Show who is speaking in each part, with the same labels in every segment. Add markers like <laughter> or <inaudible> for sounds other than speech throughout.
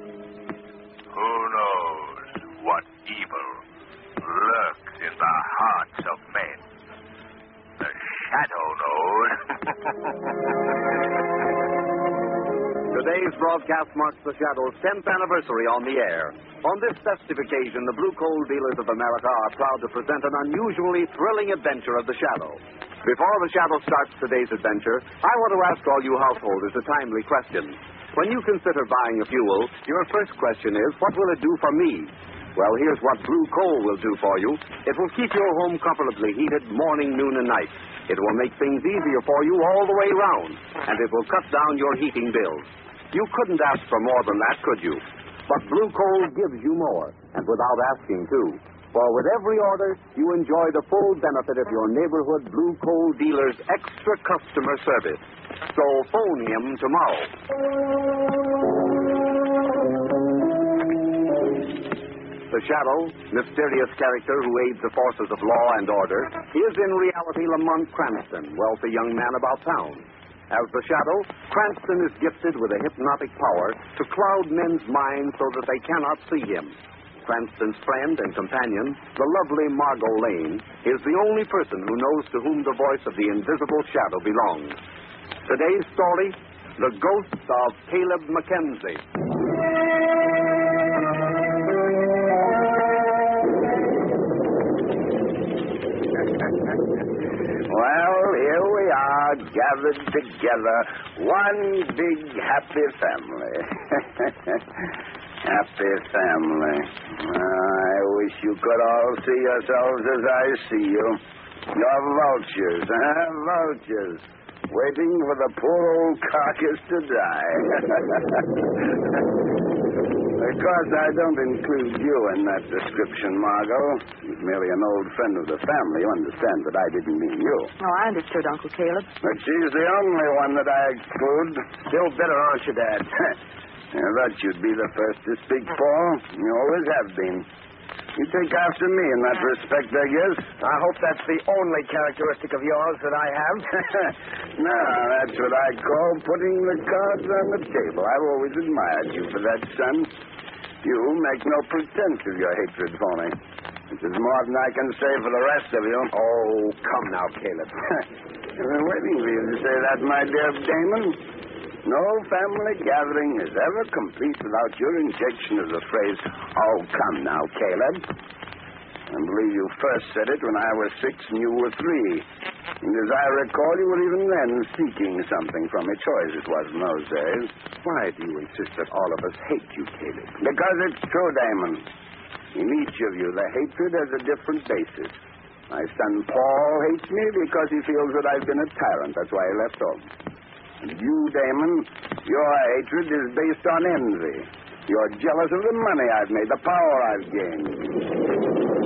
Speaker 1: Who knows what evil lurks in the hearts of men? The shadow knows.
Speaker 2: Today's broadcast marks the Shadow's 10th anniversary on the air. On this festive occasion, the Blue Coal Dealers of America are proud to present an unusually thrilling adventure of the Shadow. Before the Shadow starts today's adventure, I want to ask all you householders a timely question. When you consider buying a fuel, your first question is, what will it do for me? Well, here's what Blue Coal will do for you. It will keep your home comfortably heated morning, noon, and night. It will make things easier for you all the way round, and it will cut down your heating bills. You couldn't ask for more than that, could you? But Blue Coal gives you more, and without asking, too. For with every order, you enjoy the full benefit of your neighborhood Blue Coal dealer's extra customer service. So phone him tomorrow. The Shadow, mysterious character who aids the forces of law and order, is in reality Lamont Cranston, wealthy young man about town. As the Shadow, Cranston is gifted with a hypnotic power to cloud men's minds so that they cannot see him. Cranston's friend and companion, the lovely Margot Lane, is the only person who knows to whom the voice of the invisible shadow belongs. Today's story The Ghost of Caleb Mackenzie.
Speaker 1: Well, here we are, gathered together, one big happy family. <laughs> happy family. I wish you could all see yourselves as I see you. You're vultures, huh? Vultures. Waiting for the poor old carcass to die. <laughs> of course, I don't include you in that description, Margot. You're merely an old friend of the family. You understand that I didn't mean you.
Speaker 3: Oh, I understood, Uncle Caleb.
Speaker 1: But she's the only one that I exclude. Still bitter, aren't you, <laughs> Dad? I thought you'd be the first to speak, Paul. You always have been. You take after me in that respect, I guess. I hope that's the only characteristic of yours that I have. <laughs> no, that's what I call putting the cards on the table. I've always admired you for that, son. You make no pretense of your hatred for me. Which is more than I can say for the rest of you. Oh, come now, Caleb. <laughs> I've been waiting for you to say that, my dear Damon. No family gathering is ever complete without your injection of the phrase, oh, come now, Caleb. I believe you first said it when I was six and you were three. And as I recall, you were even then seeking something from a choice it was in those days. Why do you insist that all of us hate you, Caleb? Because it's true, Damon. In each of you, the hatred has a different basis. My son Paul hates me because he feels that I've been a tyrant. That's why he left home. And you, Damon, your hatred is based on envy. You're jealous of the money I've made, the power I've gained.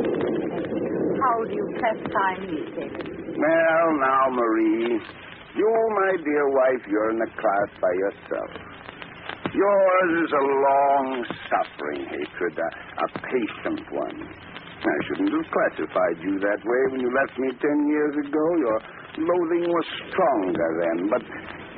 Speaker 3: How do you pastime me, Caleb?
Speaker 1: Well, now, Marie, you, my dear wife, you're in a class by yourself. Yours is a long suffering hatred, a, a patient one. I shouldn't have classified you that way when you left me ten years ago. Your loathing was stronger then, but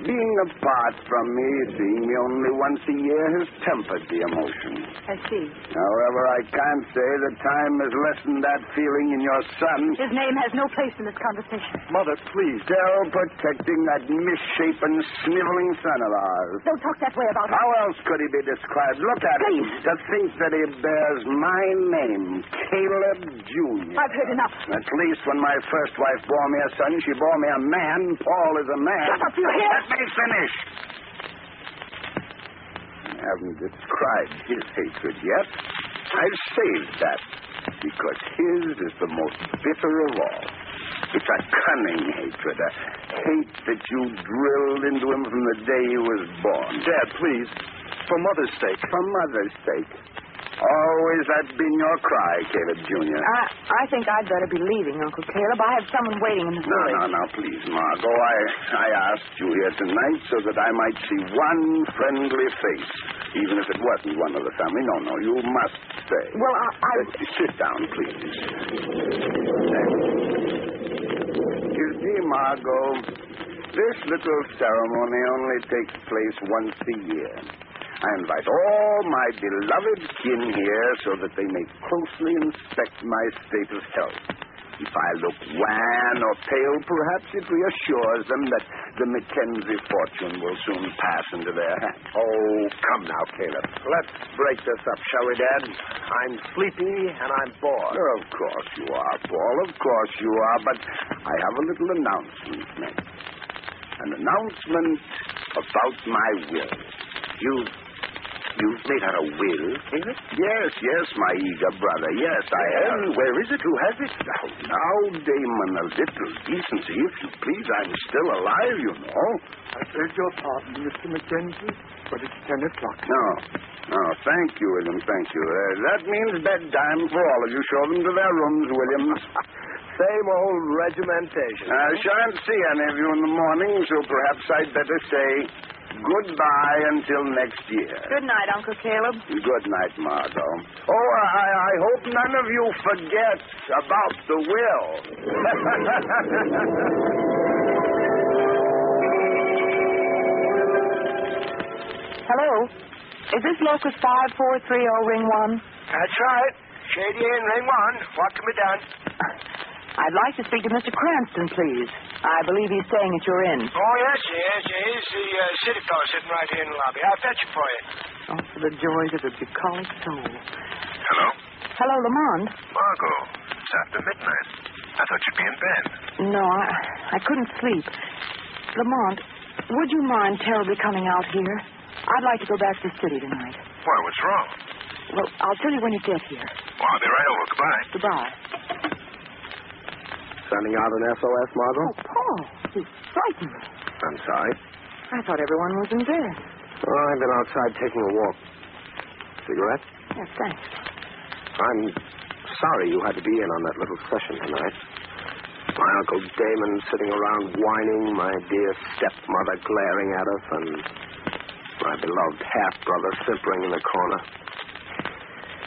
Speaker 1: being apart from me, seeing me only once a year, has tempered the emotion.
Speaker 3: I see.
Speaker 1: However, I can't say that time has lessened that feeling in your son.
Speaker 3: His name has no place in this conversation.
Speaker 1: Mother, please. Still protecting that misshapen, sniveling son of ours.
Speaker 3: Don't talk that way about him.
Speaker 1: How else could he be described? Look at him.
Speaker 3: Please.
Speaker 1: To think that he bears my name, Caleb Jr.
Speaker 3: I've heard enough.
Speaker 1: At least when my first wife bore me a son, she bore me a man. Paul is a man.
Speaker 3: Shut up, you hear?
Speaker 1: Let me finish. I haven't described his hatred yet. I've saved that because his is the most bitter of all. It's a cunning hatred, a hate that you drilled into him from the day he was born. Dad, please, for mother's sake. For mother's sake. Always that's been your cry, Caleb Jr.
Speaker 3: I, I think I'd better be leaving, Uncle Caleb. I have someone waiting in the
Speaker 1: No,
Speaker 3: village.
Speaker 1: no, no, please, Margot. I, I asked you here tonight so that I might see one friendly face, even if it wasn't one of the family. No, no, you must stay.
Speaker 3: Well, I, I
Speaker 1: Uh, sit down, please. You see, Margot, this little ceremony only takes place once a year. I invite all my beloved kin here so that they may closely inspect my state of health. If I look wan or pale, perhaps it reassures them that the Mackenzie fortune will soon pass into their hands. Oh, come now, Caleb. Let's break this up, shall we, Dad? I'm sleepy and I'm bored. of course you are, Paul. Of course you are. But I have a little announcement to make. An announcement about my will. You You've made out a will, Caleb? Yes, yes, my eager brother. Yes, I have. where is it? Who has it? Now, now, Damon, a little decency, if you please. I'm still alive, you know.
Speaker 4: I beg your pardon, Mr. Mackenzie, but it's ten
Speaker 1: <laughs>
Speaker 4: o'clock.
Speaker 1: No, no, thank you, William, thank you. Uh, that means bedtime for all of you. Show them to their rooms, William.
Speaker 4: Same old regimentation.
Speaker 1: I shan't see any of you in the morning, so perhaps I'd better say goodbye until next year.
Speaker 3: Good night, Uncle Caleb.
Speaker 1: Good night, Margot. Oh, I, I hope none of you forget about the will. <laughs>
Speaker 3: Hello? Is this locus 5430 ring one?
Speaker 4: That's right. Shady and Ring One. What can be done?
Speaker 3: I'd like to speak to Mr. Cranston, please. I believe he's staying at your inn.
Speaker 4: Oh, yes, yes, yes. The uh, city fellow sitting right here in the lobby. I'll fetch it for you.
Speaker 3: Oh, for the joys of the bucolic soul.
Speaker 4: Hello?
Speaker 3: Hello, Lamond.
Speaker 4: Margot. It's after midnight. I thought you'd be in bed.
Speaker 3: No, I, I couldn't sleep. Lamont, would you mind terribly coming out here? I'd like to go back to the city tonight.
Speaker 4: Why, what's wrong?
Speaker 3: Well, I'll tell you when you get here.
Speaker 4: Well, I'll be right over. Goodbye.
Speaker 3: Goodbye.
Speaker 1: Sending out an SOS, Margot?
Speaker 3: Oh, Paul, you frightened me.
Speaker 1: I'm sorry.
Speaker 3: I thought everyone was in bed.
Speaker 1: Oh, I've been outside taking a walk. Cigarette?
Speaker 3: Yes, thanks.
Speaker 1: I'm sorry you had to be in on that little session tonight. My Uncle Damon sitting around whining, my dear stepmother glaring at us, and my beloved half brother simpering in the corner.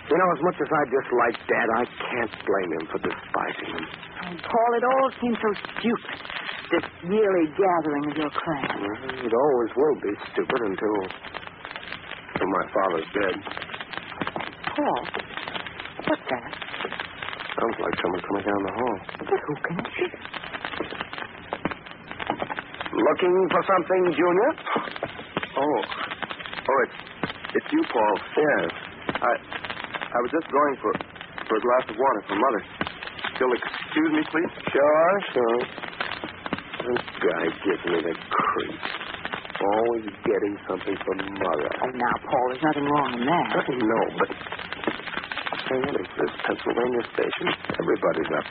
Speaker 1: You know, as much as I dislike Dad, I can't blame him for despising him.
Speaker 3: Oh, Paul, it all seems so stupid. This yearly gathering of your clan.
Speaker 1: Well, Mm-hmm. It always will be stupid until. until my father's dead.
Speaker 3: Paul, what's that?
Speaker 1: Sounds like someone coming down the hall.
Speaker 3: But who can it be?
Speaker 1: Looking for something, Junior? <laughs> Oh. Oh, it's it's you, Paul. Yes. I I was just going for for a glass of water for Mother. You'll excuse me, please? Sure, sure. This guy gives me the creeps. Always getting something for Mother.
Speaker 3: Oh, now, Paul, there's nothing wrong in that.
Speaker 1: I know, but hey, what is this? Pennsylvania station? Everybody's up.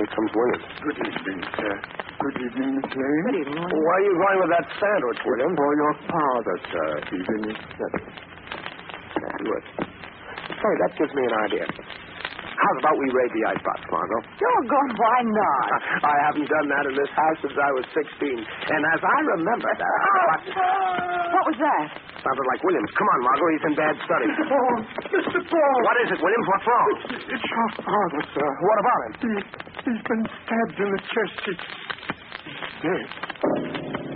Speaker 1: Here comes William.
Speaker 4: Good evening, sir. Good evening, Miss Lane.
Speaker 3: Good evening. William.
Speaker 1: Why are you going with that sandwich, William?
Speaker 4: For your father, sir. He's in his study.
Speaker 1: Sandwich. Say, that gives me an idea. How about we raid the icebox, Margot?
Speaker 3: You're gone. Why not?
Speaker 1: I haven't done that in this house since I was 16. And as I remember <laughs> that, I
Speaker 3: What was that?
Speaker 1: sounded like Williams. Come on, Margot, he's in bad study.
Speaker 4: Paul. Mr. Paul.
Speaker 1: What is it, Williams? What's wrong?
Speaker 4: It's your father, sir.
Speaker 1: What about him?
Speaker 4: He, he's been stabbed in the chest. He's dead.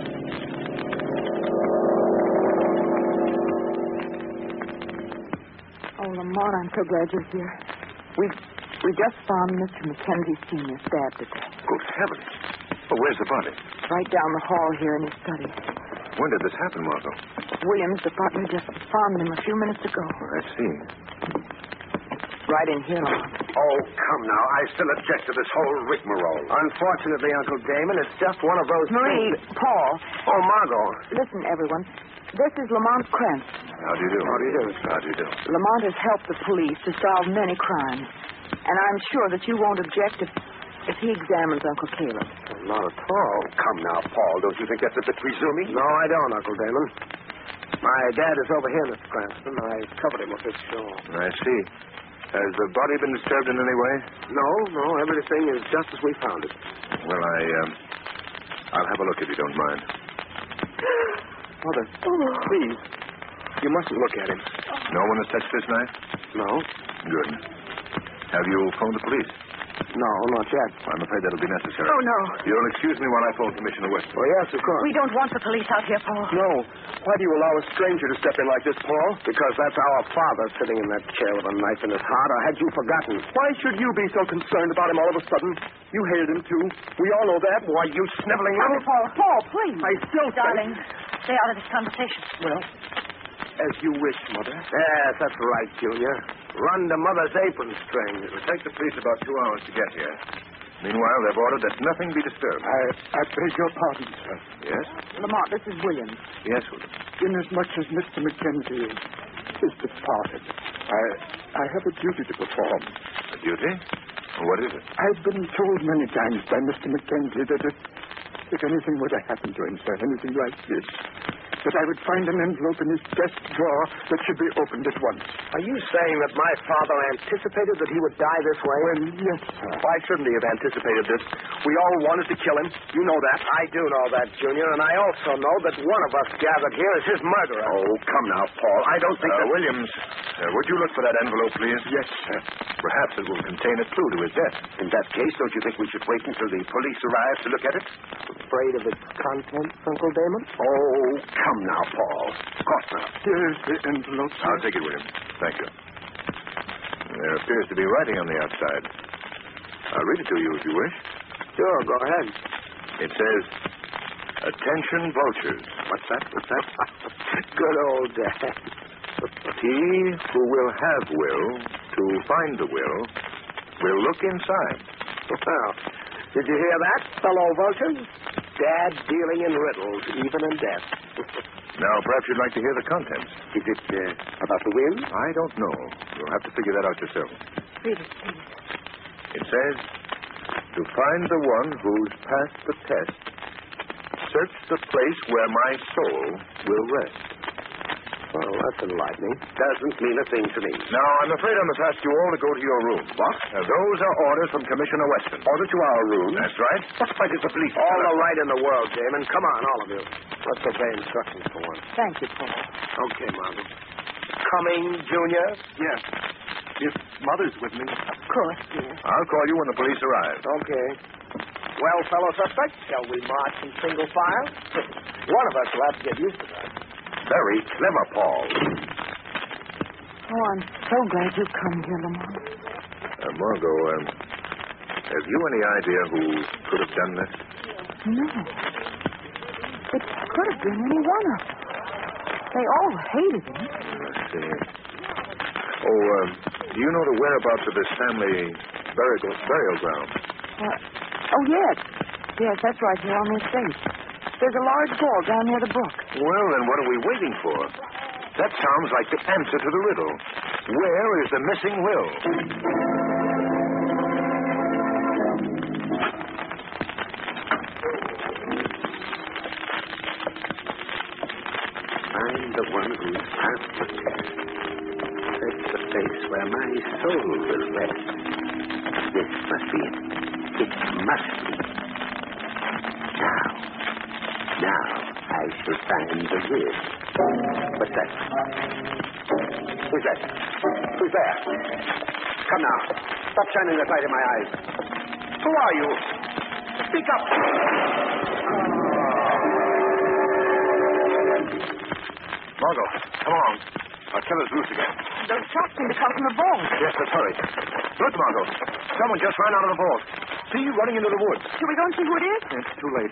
Speaker 3: Oh, Lamont, I'm so glad you're here. We we just found Mr. Mackenzie Sr. stabbed to death
Speaker 1: Good heavens. Well, where's the body?
Speaker 3: right down the hall here in his study.
Speaker 1: When did this happen, Margot?
Speaker 3: Williams, the partner, just found him a few minutes ago.
Speaker 1: I see.
Speaker 3: Right in here, Lamont.
Speaker 1: Oh, come now. I still object to this whole rigmarole. Unfortunately, Uncle Damon, it's just one of those
Speaker 3: Marie, Paul,
Speaker 1: Oh, Margot.
Speaker 3: listen, everyone. This is Lamont Cranston.
Speaker 1: How do you do? How do you do? How do you do?
Speaker 3: Lamont has helped the police to solve many crimes. And I'm sure that you won't object if, if he examines Uncle Caleb.
Speaker 1: Not at all. Come now, Paul. Don't you think that's a bit presuming? No, I don't, Uncle Damon. My dad is over here, Mr. Cranston. I covered him with this shawl.
Speaker 5: I see. Has the body been disturbed in any way?
Speaker 1: No, no, everything is just as we found it.
Speaker 5: Well, I, um, I'll have a look if you don't mind.
Speaker 1: Mother, please. You mustn't look at him.
Speaker 5: No one has touched this knife?
Speaker 1: No,
Speaker 5: Good. Have you phoned the police?
Speaker 1: no, not yet.
Speaker 5: I'm afraid that'll be necessary.
Speaker 3: Oh, no.
Speaker 5: You'll excuse me while I phone Commissioner Westbrook.
Speaker 1: Well, Oh, yes, of course.
Speaker 3: We don't want the police out here, Paul.
Speaker 1: No. Why do you allow a stranger to step in like this, Paul? Because that's our father sitting in that chair with a knife in his heart, or had you forgotten? Why should you be so concerned about him all of a sudden? You hated him, too. We all know that. Why, you sniveling
Speaker 3: Oh,
Speaker 1: little...
Speaker 3: Paul, Paul, please.
Speaker 1: I still think-
Speaker 3: Darling, stay out of this conversation.
Speaker 1: Well, as you wish, Mother.
Speaker 6: Yes, that's right, Junior. Run to Mother's apron string.
Speaker 5: It'll take the police about two hours to get here. Meanwhile, they've ordered that nothing be disturbed.
Speaker 1: I, I beg your pardon, sir.
Speaker 5: Yes?
Speaker 1: Lamont, this is Williams.
Speaker 5: Yes, William.
Speaker 1: Inasmuch as Mr. Mackenzie is, is departed, I, I have a duty to perform.
Speaker 5: A duty? What is it?
Speaker 1: I've been told many times by Mr. Mackenzie that if, if anything were to happen to him, sir, anything like this, that I would find an envelope in his desk drawer that should be opened at once.
Speaker 6: Are you saying that my father anticipated that he would die this way?
Speaker 1: Well, yes, sir.
Speaker 6: Why shouldn't he have anticipated this? We all wanted to kill him. You know that. I do know that, Junior, and I also know that one of us gathered here is his murderer.
Speaker 5: Oh, come now, Paul. I don't
Speaker 6: think
Speaker 5: uh,
Speaker 6: that-
Speaker 5: Williams, uh, would you look for that envelope, please?
Speaker 1: Yes, sir.
Speaker 5: Perhaps it will contain a clue to his death. In that case, don't you think we should wait until the police arrive to look at it?
Speaker 1: Afraid of its contents, Uncle Damon?
Speaker 5: Oh, come now, Paul. Of course not.
Speaker 1: Here's the envelope, sir.
Speaker 5: I'll take it, William. Thank you. There appears to be writing on the outside. I'll read it to you if you wish.
Speaker 1: Sure, go ahead.
Speaker 5: It says, Attention vultures. What's that? What's
Speaker 6: <laughs>
Speaker 5: that?
Speaker 1: Good old dad.
Speaker 5: he who will have will to find the will will look inside.
Speaker 1: Well, did you hear that, fellow vultures? Dad dealing in riddles, even in death.
Speaker 5: Now, perhaps you'd like to hear the contents.
Speaker 1: <laughs> Is it uh, about the wind?
Speaker 5: I don't know. You'll have to figure that out yourself.
Speaker 3: Read it, please.
Speaker 5: It says, To find the one who's passed the test, search the place where my soul will rest.
Speaker 1: Well, that's enlightening. Doesn't mean a thing to me.
Speaker 5: Now, I'm afraid I must ask you all to go to your room. What? those are orders from Commissioner Weston. Order to our room? That's right. What's like it's a police?
Speaker 6: All the right in the world, Damon. Come on, all of you. Let's obey instructions for once.
Speaker 3: Thank you, Paul.
Speaker 6: Okay, Margaret. Coming, Junior?
Speaker 1: Yes. If Mother's with me.
Speaker 3: Of course, dear.
Speaker 5: I'll call you when the police arrive.
Speaker 6: Okay. Well, fellow suspects, shall we march in single file? <laughs> One of us will have to get used to that.
Speaker 5: Very clever, Paul.
Speaker 3: Oh, I'm so glad you've come here, Lamont.
Speaker 5: Uh, Margot, um, have you any idea who could have done this?
Speaker 3: No. It could have been any one of them. They all hated him.
Speaker 5: Let's Mm, see. Oh, um, do you know the whereabouts of this family burial, burial ground?
Speaker 3: Uh, oh, yes. Yes, that's right here on the estate. There's a large ball down near the brook.
Speaker 5: Well, then what are we waiting for? That sounds like the answer to the riddle. Where is the missing will?
Speaker 1: I'm the one who's passed the test. That's the place where my soul will rest. This must be it. It must be. Now. Now I shall find the will. What's that? Who's that? Who's there? Come now. Stop shining that light in my eyes. Who are you? Speak up.
Speaker 5: Uh, Margot, come along. Our killer's loose again.
Speaker 3: Those shots seem to come from the ball.
Speaker 5: Yes, let's hurry. Look, Margot. Someone just ran out of the vault. See, running into the woods.
Speaker 3: Shall we go and see who it is?
Speaker 5: It's too late.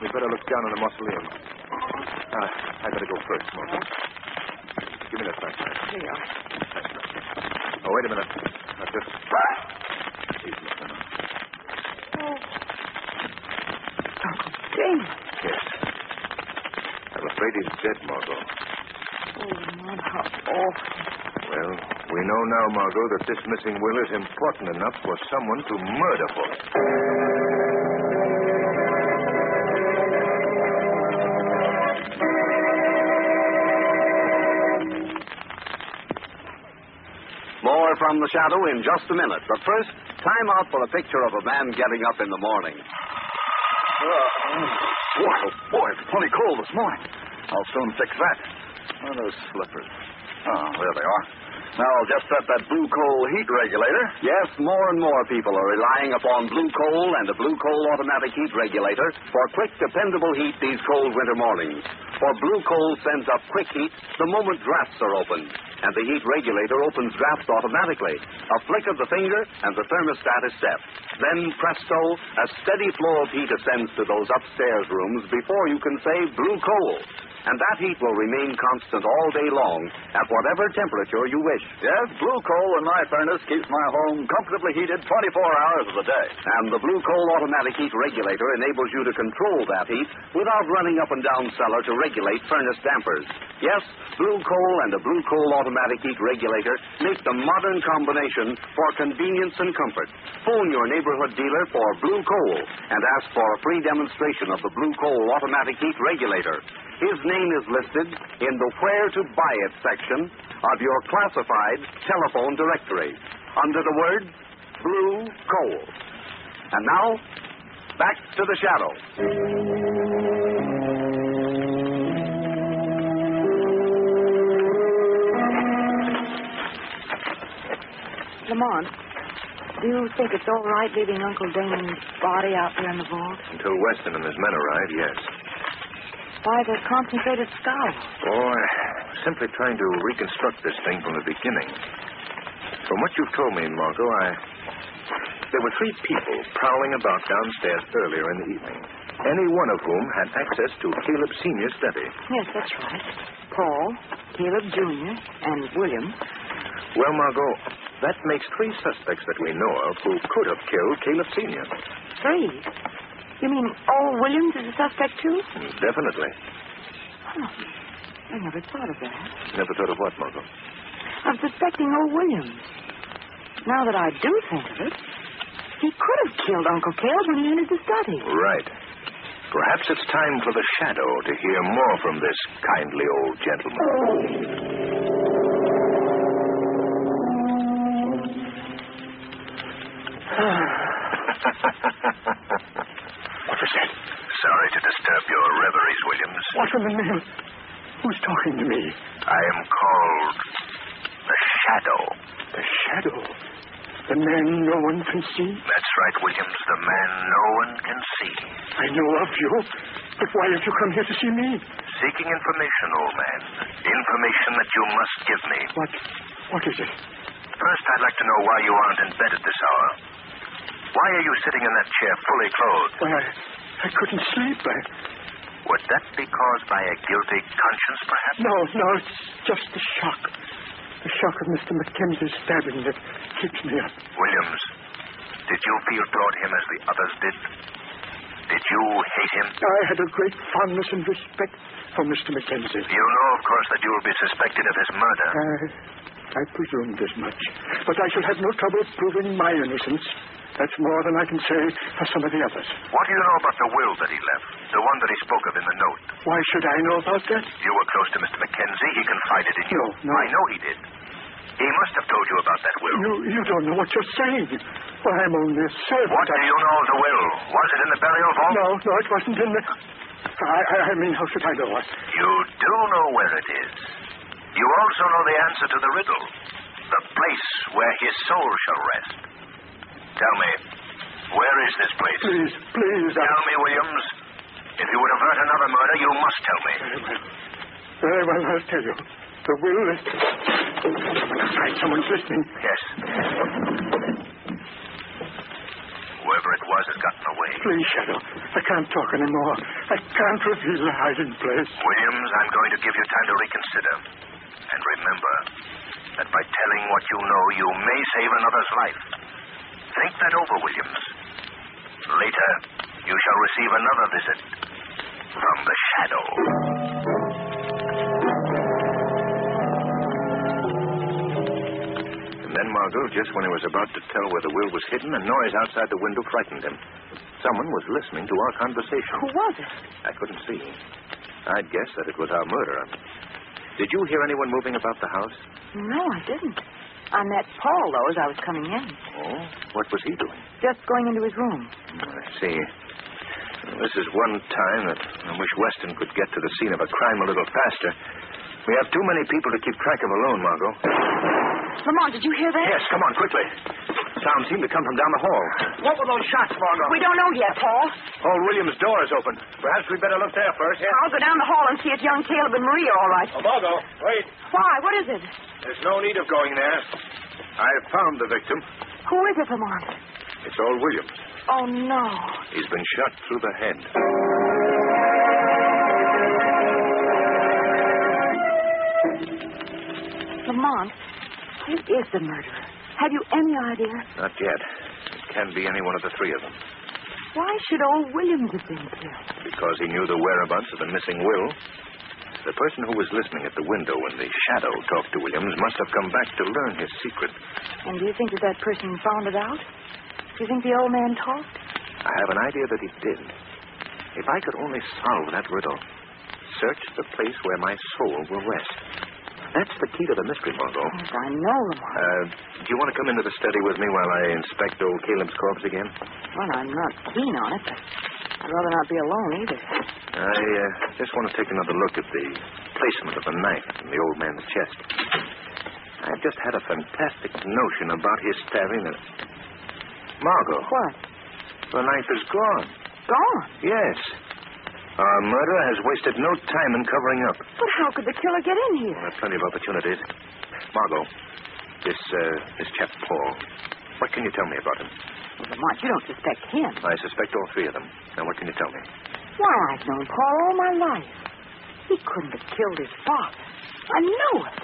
Speaker 5: We'd better look down in the mausoleum. Uh, I better go first, Margot. Give me that flashlight.
Speaker 3: Here.
Speaker 5: Oh, wait a minute. I just... He's missing.
Speaker 7: Oh,
Speaker 3: James.
Speaker 5: Yes. I'm afraid he's dead, Margot.
Speaker 3: Oh, Lamont, how
Speaker 7: Oh,
Speaker 3: awful.
Speaker 5: Well, we know now, Margot, that this missing will is important enough for someone to murder for it.
Speaker 1: more from the shadow in just a minute. But first, time out for a picture of a man getting up in the morning.
Speaker 3: Boy, Uh, oh boy, it's plenty cold this morning. I'll soon fix that. Where are those slippers? Oh, there they are. Now I'll just set that blue coal heat regulator.
Speaker 1: Yes, more and more people are relying upon blue coal and a blue coal automatic heat regulator for quick, dependable heat these cold winter mornings. For blue coal sends up quick heat the moment drafts are opened, and the heat regulator opens drafts automatically. A flick of the finger, and the thermostat is set. Then, presto, a steady flow of heat ascends to those upstairs rooms before you can say blue coal. And that heat will remain constant all day long at whatever temperature you wish.
Speaker 3: Yes, blue coal in my furnace keeps my home comfortably heated 24 hours of the day.
Speaker 1: And the blue coal automatic heat regulator enables you to control that heat without running up and down cellar to regulate furnace dampers. Yes, blue coal and a blue coal automatic heat regulator make the modern combination for convenience and comfort. Phone your neighborhood dealer for blue coal and ask for a free demonstration of the blue coal automatic heat regulator. His name is listed in the Where to Buy It section of your classified telephone directory under the word Blue Coal. And now, back to the shadow.
Speaker 7: Lamont, do you think it's all right leaving Uncle Damon's body out there in the vault?
Speaker 5: Until Weston and his men arrive, yes.
Speaker 7: Why the concentrated scowl?
Speaker 5: Boy, simply trying to reconstruct this thing from the beginning. From what you've told me, Margot, I. There were three people prowling about downstairs earlier in the evening, any one of whom had access to Caleb Sr.'s study.
Speaker 7: Yes, that's right. Paul, Caleb Jr., and William.
Speaker 5: Well, Margot, that makes three suspects that we know of who could have killed Caleb Sr.
Speaker 7: Three. You mean all Williams is a suspect, too?
Speaker 5: Definitely.
Speaker 7: Huh. I never thought of that.
Speaker 5: Never thought of what, Margot?
Speaker 7: Of suspecting old Williams. Now that I do think of it, he could have killed Uncle Caleb when he entered the study.
Speaker 5: Right. Perhaps it's time for the shadow to hear more from this kindly old <laughs> gentleman.
Speaker 3: what was that?
Speaker 5: Sorry to disturb your reveries, Williams.
Speaker 3: What in the name? Who's talking to me?
Speaker 5: I am called the Shadow.
Speaker 3: The shadow. The man no one can see.
Speaker 5: That's right, Williams, the man no one can see.
Speaker 3: I know of you, but why have you come here to see me?
Speaker 5: Seeking information, old man. Information that you must give me.
Speaker 3: What? What is it?
Speaker 5: First, I'd like to know why you aren't in bed at this hour. Why are you sitting in that chair fully clothed?
Speaker 3: Why, I, I couldn't sleep. I,
Speaker 5: Would that be caused by a guilty conscience, perhaps?
Speaker 3: no, no, it's just the shock. The shock of Mr. Mackenzie's stabbing that keeps me up.
Speaker 5: Williams, did you feel toward him as the others did? Did you hate him?
Speaker 3: I had a great fondness and respect for Mr. Mackenzie.
Speaker 5: You know, of course, that you will be suspected of his murder.
Speaker 3: I, I presumed as much. But I shall have no trouble proving my innocence. That's more than I can say for some of the others.
Speaker 5: What do you know about the will that he left? The one that he spoke of in the note?
Speaker 3: Why should I know about that?
Speaker 5: You were close to Mr. Mackenzie. He confided in you.
Speaker 3: No, no.
Speaker 5: I know he did. He must have told you about that will.
Speaker 3: You, you don't know what you're saying. Why, I'm only a servant.
Speaker 5: What do
Speaker 3: I-
Speaker 5: you know of the will? Was it in the burial vault?
Speaker 3: No, no, it wasn't in the. I, I, I mean, how should I know? I-
Speaker 5: You do know where it is. You also know the answer to the riddle the place where his soul shall rest. Tell me, where is this place?
Speaker 3: Please, please, uh- I.
Speaker 5: Tell me, Williams. If you would avert another murder, you must tell me.
Speaker 3: Very well. Very well, I'll tell you. The will is. That's right, someone's listening.
Speaker 5: Yes. Whoever it was has gotten away.
Speaker 3: Please, Shadow. I can't talk anymore. I can't reveal the hiding place.
Speaker 5: Williams, I'm going to give you time to reconsider. And remember that by telling what you know, you may save another's life. Think that over, Williams. Later, you shall receive another visit from the shadow. And then Margot, just when he was about to tell where the will was hidden, a noise outside the window frightened him. Someone was listening to our conversation.
Speaker 7: Who was it?
Speaker 5: I couldn't see. I'd guess that it was our murderer. Did you hear anyone moving about the house?
Speaker 7: No, I didn't.
Speaker 3: I met Paul, though, as I was coming in.
Speaker 5: Oh? What was he doing?
Speaker 3: Just going into his room.
Speaker 5: I see. Well, this is one time that I wish Weston could get to the scene of a crime a little faster. We have too many people to keep track of alone, Margot.
Speaker 3: Lamont, did you hear that?
Speaker 5: Yes, come on, quickly. Sound seemed to come from down the hall.
Speaker 8: What were those shots, Margot?
Speaker 3: We don't know yet, Paul.
Speaker 5: Hall Williams' door is open. Perhaps we'd better look there first.
Speaker 3: I'll go down the hall and see if young Caleb and Maria are all right.
Speaker 8: Oh, Margot, wait.
Speaker 3: Why? What is it?
Speaker 8: There's no need of going there.
Speaker 5: I've found the victim.
Speaker 3: Who is it, Lamont?
Speaker 5: It's Hall Williams.
Speaker 3: Oh, no.
Speaker 5: He's been shot through the head.
Speaker 3: Lamont, who is the murderer? Have you any idea?
Speaker 5: Not yet. It can be any one of the three of them.
Speaker 3: Why should old Williams have been killed?
Speaker 5: Because he knew the whereabouts of the missing will. The person who was listening at the window when the shadow talked to Williams must have come back to learn his secret.
Speaker 3: And do you think that that person found it out? Do you think the old man talked?
Speaker 5: I have an idea that he did. If I could only solve that riddle, search the place where my soul will rest. That's the key to the mystery, Margot.
Speaker 3: Yes, I know, Lamont.
Speaker 5: Uh, do you want to come into the study with me while I inspect old Caleb's corpse again?
Speaker 3: Well, I'm not keen on it, but I'd rather not be alone either.
Speaker 5: I uh, just want to take another look at the placement of the knife in the old man's chest. I've just had a fantastic notion about his stabbing the. Margot,
Speaker 3: What?
Speaker 5: the knife is gone.
Speaker 3: Gone.
Speaker 5: Yes. Our murderer has wasted no time in covering up.
Speaker 3: But how could the killer get in
Speaker 5: We'll
Speaker 3: here?
Speaker 5: have plenty of opportunities. Margot, this, uh, this chap Paul, what can you tell me about him?
Speaker 3: Lamont, you don't suspect him.
Speaker 5: I suspect all three of them. Now, what can you tell me?
Speaker 3: Why, I've known Paul all my life. He couldn't have killed his father. I know it.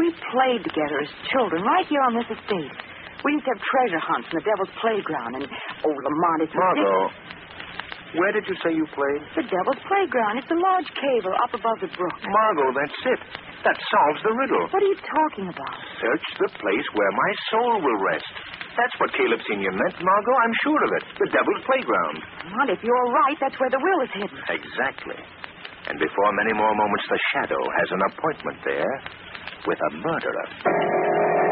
Speaker 3: We played together as children right here on this estate. We used to have treasure hunts in the Devil's Playground, and oh, Lamont, it's ridiculous.
Speaker 5: Margot, where did you say you played?
Speaker 3: The Devil's Playground. It's a large cable up above the brook.
Speaker 5: Margot, that's it. That solves the riddle.
Speaker 3: What are you talking about?
Speaker 5: Search the place where my soul will rest. That's what Caleb Sr. meant, Margot. I'm sure of it. The Devil's Playground.
Speaker 3: Lamont, if you're right, that's where the will is hidden.
Speaker 5: Exactly. And before many more moments, the shadow has an appointment there with a murderer.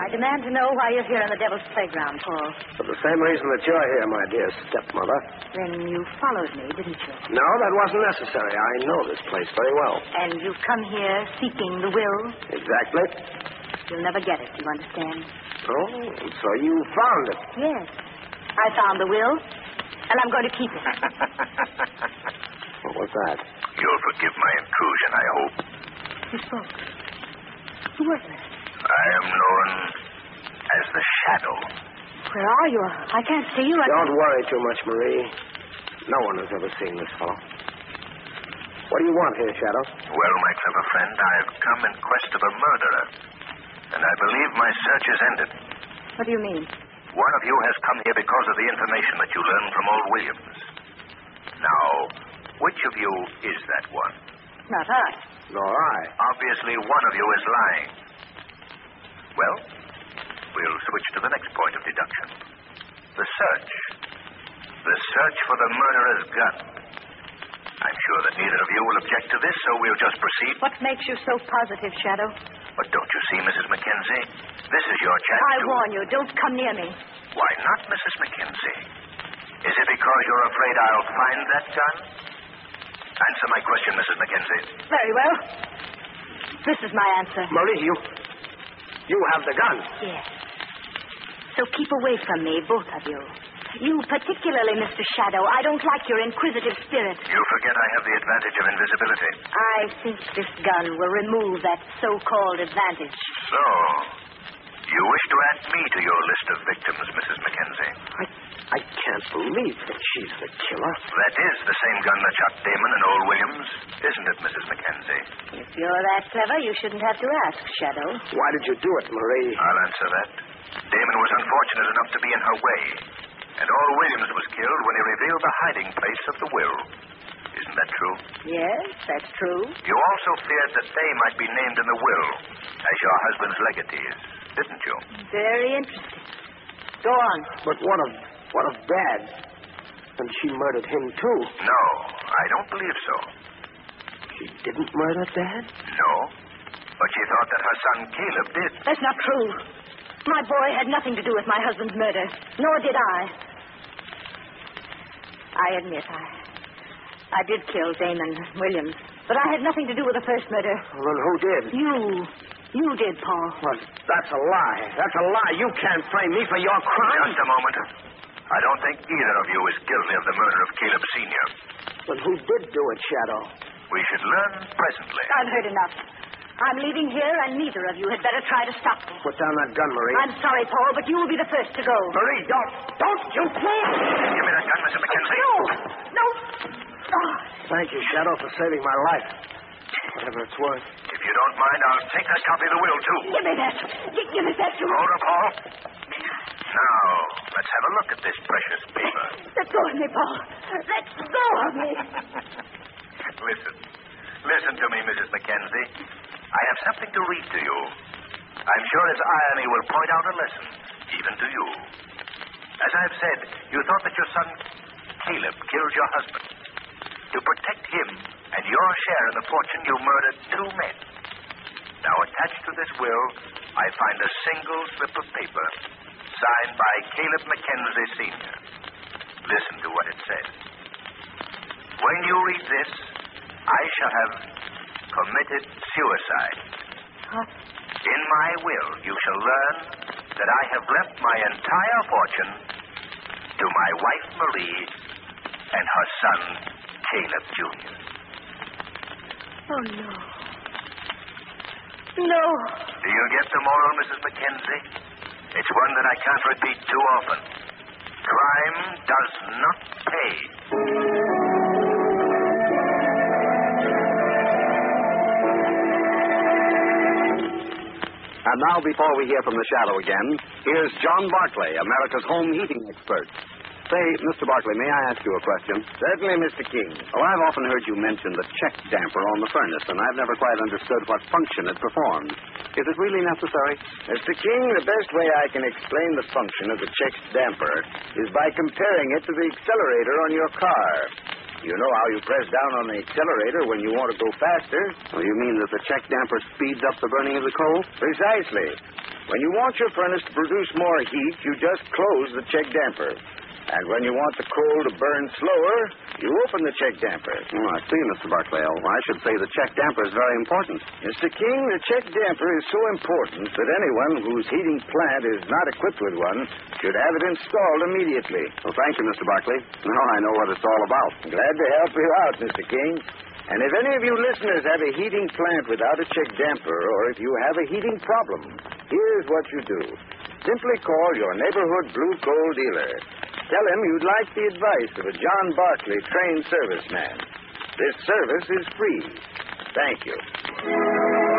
Speaker 9: I demand to know why you're here on the Devil's Playground, Paul.
Speaker 1: For the same reason that you're here, my dear stepmother.
Speaker 9: Then you followed me, didn't you?
Speaker 1: No, that wasn't necessary. I know this place very well.
Speaker 9: And you've come here seeking the will.
Speaker 1: Exactly.
Speaker 9: You'll never get it, you understand?
Speaker 1: Oh, so you found it.
Speaker 9: Yes. I found the will, and I'm going to keep it.
Speaker 1: What was that?
Speaker 10: You'll forgive my intrusion, I hope.
Speaker 9: You spoke. Who was it?
Speaker 10: I am known as the Shadow.
Speaker 9: Where are you? I can't see you. I...
Speaker 1: Don't worry too much, Marie. No one has ever seen this fellow. What do you want here, Shadow?
Speaker 10: Well, my clever friend, I've come in quest of a murderer. And I believe my search is ended.
Speaker 9: What do you mean?
Speaker 10: One of you has come here because of the information that you learned from old Williams. Now, which of you is that one?
Speaker 9: Not I.
Speaker 1: Nor I.
Speaker 10: Obviously, one of you is lying. Well, we'll switch to the next point of deduction the search. The search for the murderer's gun. I'm sure that neither of you will object to this, so we'll just proceed.
Speaker 9: What makes you so positive, Shadow?
Speaker 10: But don't you see, Mrs. Mackenzie? This is your chance
Speaker 9: I
Speaker 10: to.
Speaker 9: warn you, don't come near me.
Speaker 10: Why not, Mrs. Mackenzie? Is it because you're afraid I'll find that gun? Answer my question, Mrs. Mackenzie.
Speaker 9: Very well. This is my answer.
Speaker 1: Marie, you. You have the gun.
Speaker 9: Yes. So keep away from me, both of you. You particularly, Mr. Shadow. I don't like your inquisitive spirit.
Speaker 10: You forget I have the advantage of invisibility.
Speaker 9: I think this gun will remove that so-called advantage.
Speaker 10: So, you wish to add me to your list of victims, Mrs. Mackenzie?
Speaker 1: I, I can't believe that she's the killer.
Speaker 10: That is the same gun that shot Damon and old Williams, isn't it, Mrs. Mackenzie?
Speaker 9: If you're that clever, you shouldn't have to ask, Shadow.
Speaker 1: Why did you do it, Marie?
Speaker 10: I'll answer that. Damon was unfortunate enough to be in her way, and old Williams was killed when he revealed the hiding place of the will. Isn't that true?
Speaker 9: Yes, that's true.
Speaker 10: You also feared that they might be named in the will as your husband's legatees, didn't you?
Speaker 9: Very interesting. Go on.
Speaker 1: But what of what of Dad? And she murdered him too.
Speaker 10: No, I don't believe so.
Speaker 11: She didn't murder Dad?
Speaker 5: No. But she thought that her son Caleb did.
Speaker 3: That's not true. My boy had nothing to do with my husband's murder, nor did I. I admit I, I did kill Damon Williams, but I had nothing to do with the first murder.
Speaker 11: Well, then who did?
Speaker 3: You, you did, Paul.
Speaker 11: Well, that's a lie. That's a lie. You can't frame me for your crime.
Speaker 5: Just a moment. I don't think either of you is guilty of the murder of Caleb Sr.
Speaker 11: But who did do it, Shadow?
Speaker 5: We should learn presently.
Speaker 3: I've heard enough. I'm leaving here, and neither of you had better try to stop me.
Speaker 11: Put down that gun, Marie.
Speaker 3: I'm sorry, Paul, but you will be the first to go.
Speaker 11: Marie, don't. Don't you please.
Speaker 5: Give me that gun, Mr. McKenzie.
Speaker 3: No! No! Ah,
Speaker 11: Thank you, Shadow, for saving my life. Whatever it's worth.
Speaker 5: If you don't mind, I'll take that copy of the will, too.
Speaker 3: Give me that. Gi- give me that, you.
Speaker 5: Hold up, Paul. Now, let's have a look at this precious paper.
Speaker 3: Let go of me, Paul. Let go of me.
Speaker 5: <laughs> Listen. Listen to me, Mrs. Mackenzie. I have something to read to you. I'm sure its irony will point out a lesson, even to you. As I've said, you thought that your son Caleb killed your husband. To protect him and your share in the fortune, you murdered two men. Now, attached to this will, I find a single slip of paper signed by Caleb Mackenzie Sr. Listen to what it says. When you read this, I shall have committed suicide.
Speaker 3: Huh?
Speaker 5: In my will, you shall learn that I have left my entire fortune to my wife Marie and her son Caleb Jr.
Speaker 3: Oh, no. No.
Speaker 5: Do you get the moral, Mrs. Mackenzie? It's one that I can't repeat too often. Crime does not pay.
Speaker 1: And now, before we hear from the shadow again, here's John Barclay, America's home heating expert. Say, Mr. Barclay, may I ask you a question?
Speaker 11: Certainly, Mr. King.
Speaker 1: Oh, I've often heard you mention the check damper on the furnace, and I've never quite understood what function it performs. Is it really necessary?
Speaker 11: Mr. King, the best way I can explain the function of the check damper is by comparing it to the accelerator on your car. You know how you press down on the accelerator when you want to go faster.
Speaker 1: Oh, you mean that the check damper speeds up the burning of the coal?
Speaker 11: Precisely. When you want your furnace to produce more heat, you just close the check damper. And when you want the coal to burn slower, you open the check damper.
Speaker 1: Oh, I see, Mr. Barclay. Oh, I should say the check damper is very important.
Speaker 11: Mr. King, the check damper is so important that anyone whose heating plant is not equipped with one should have it installed immediately.
Speaker 1: Well, thank you, Mr. Barclay. Now I know what it's all about.
Speaker 11: Glad to help you out, Mr. King. And if any of you listeners have a heating plant without a check damper, or if you have a heating problem, here's what you do. Simply call your neighborhood blue coal dealer. Tell him you'd like the advice of a John Barkley trained serviceman. This service is free. Thank you.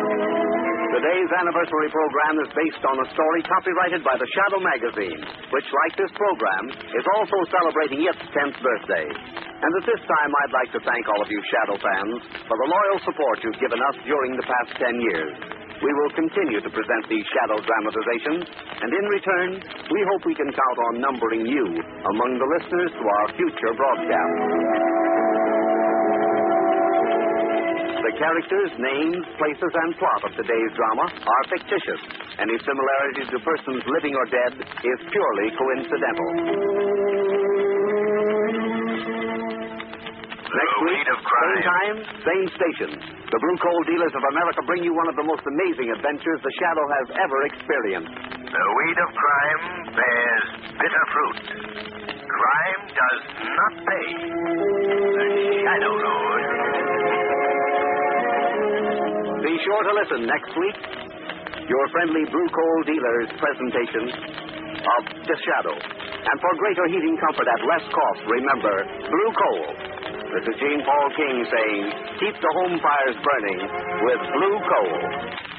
Speaker 1: Today's anniversary program is based on a story copyrighted by the Shadow Magazine, which, like this program, is also celebrating its 10th birthday. And at this time, I'd like to thank all of you Shadow fans for the loyal support you've given us during the past 10 years. We will continue to present these Shadow dramatizations, and in return, we hope we can count on numbering you among the listeners to our future broadcasts. The characters, names, places, and plot of today's drama are fictitious. Any similarities to persons living or dead is purely coincidental. Next week,
Speaker 5: Read of crime.
Speaker 1: same time, same station. The Blue Coal Dealers of America bring you one of the most amazing adventures the Shadow has ever experienced.
Speaker 5: The weed of crime bears bitter fruit. Crime does not pay. The shadow knows.
Speaker 1: Be sure to listen next week. Your friendly Blue Coal Dealer's presentation of The Shadow. And for greater heating comfort at less cost, remember Blue Coal. This is Gene Paul King saying, keep the home fires burning with Blue Coal.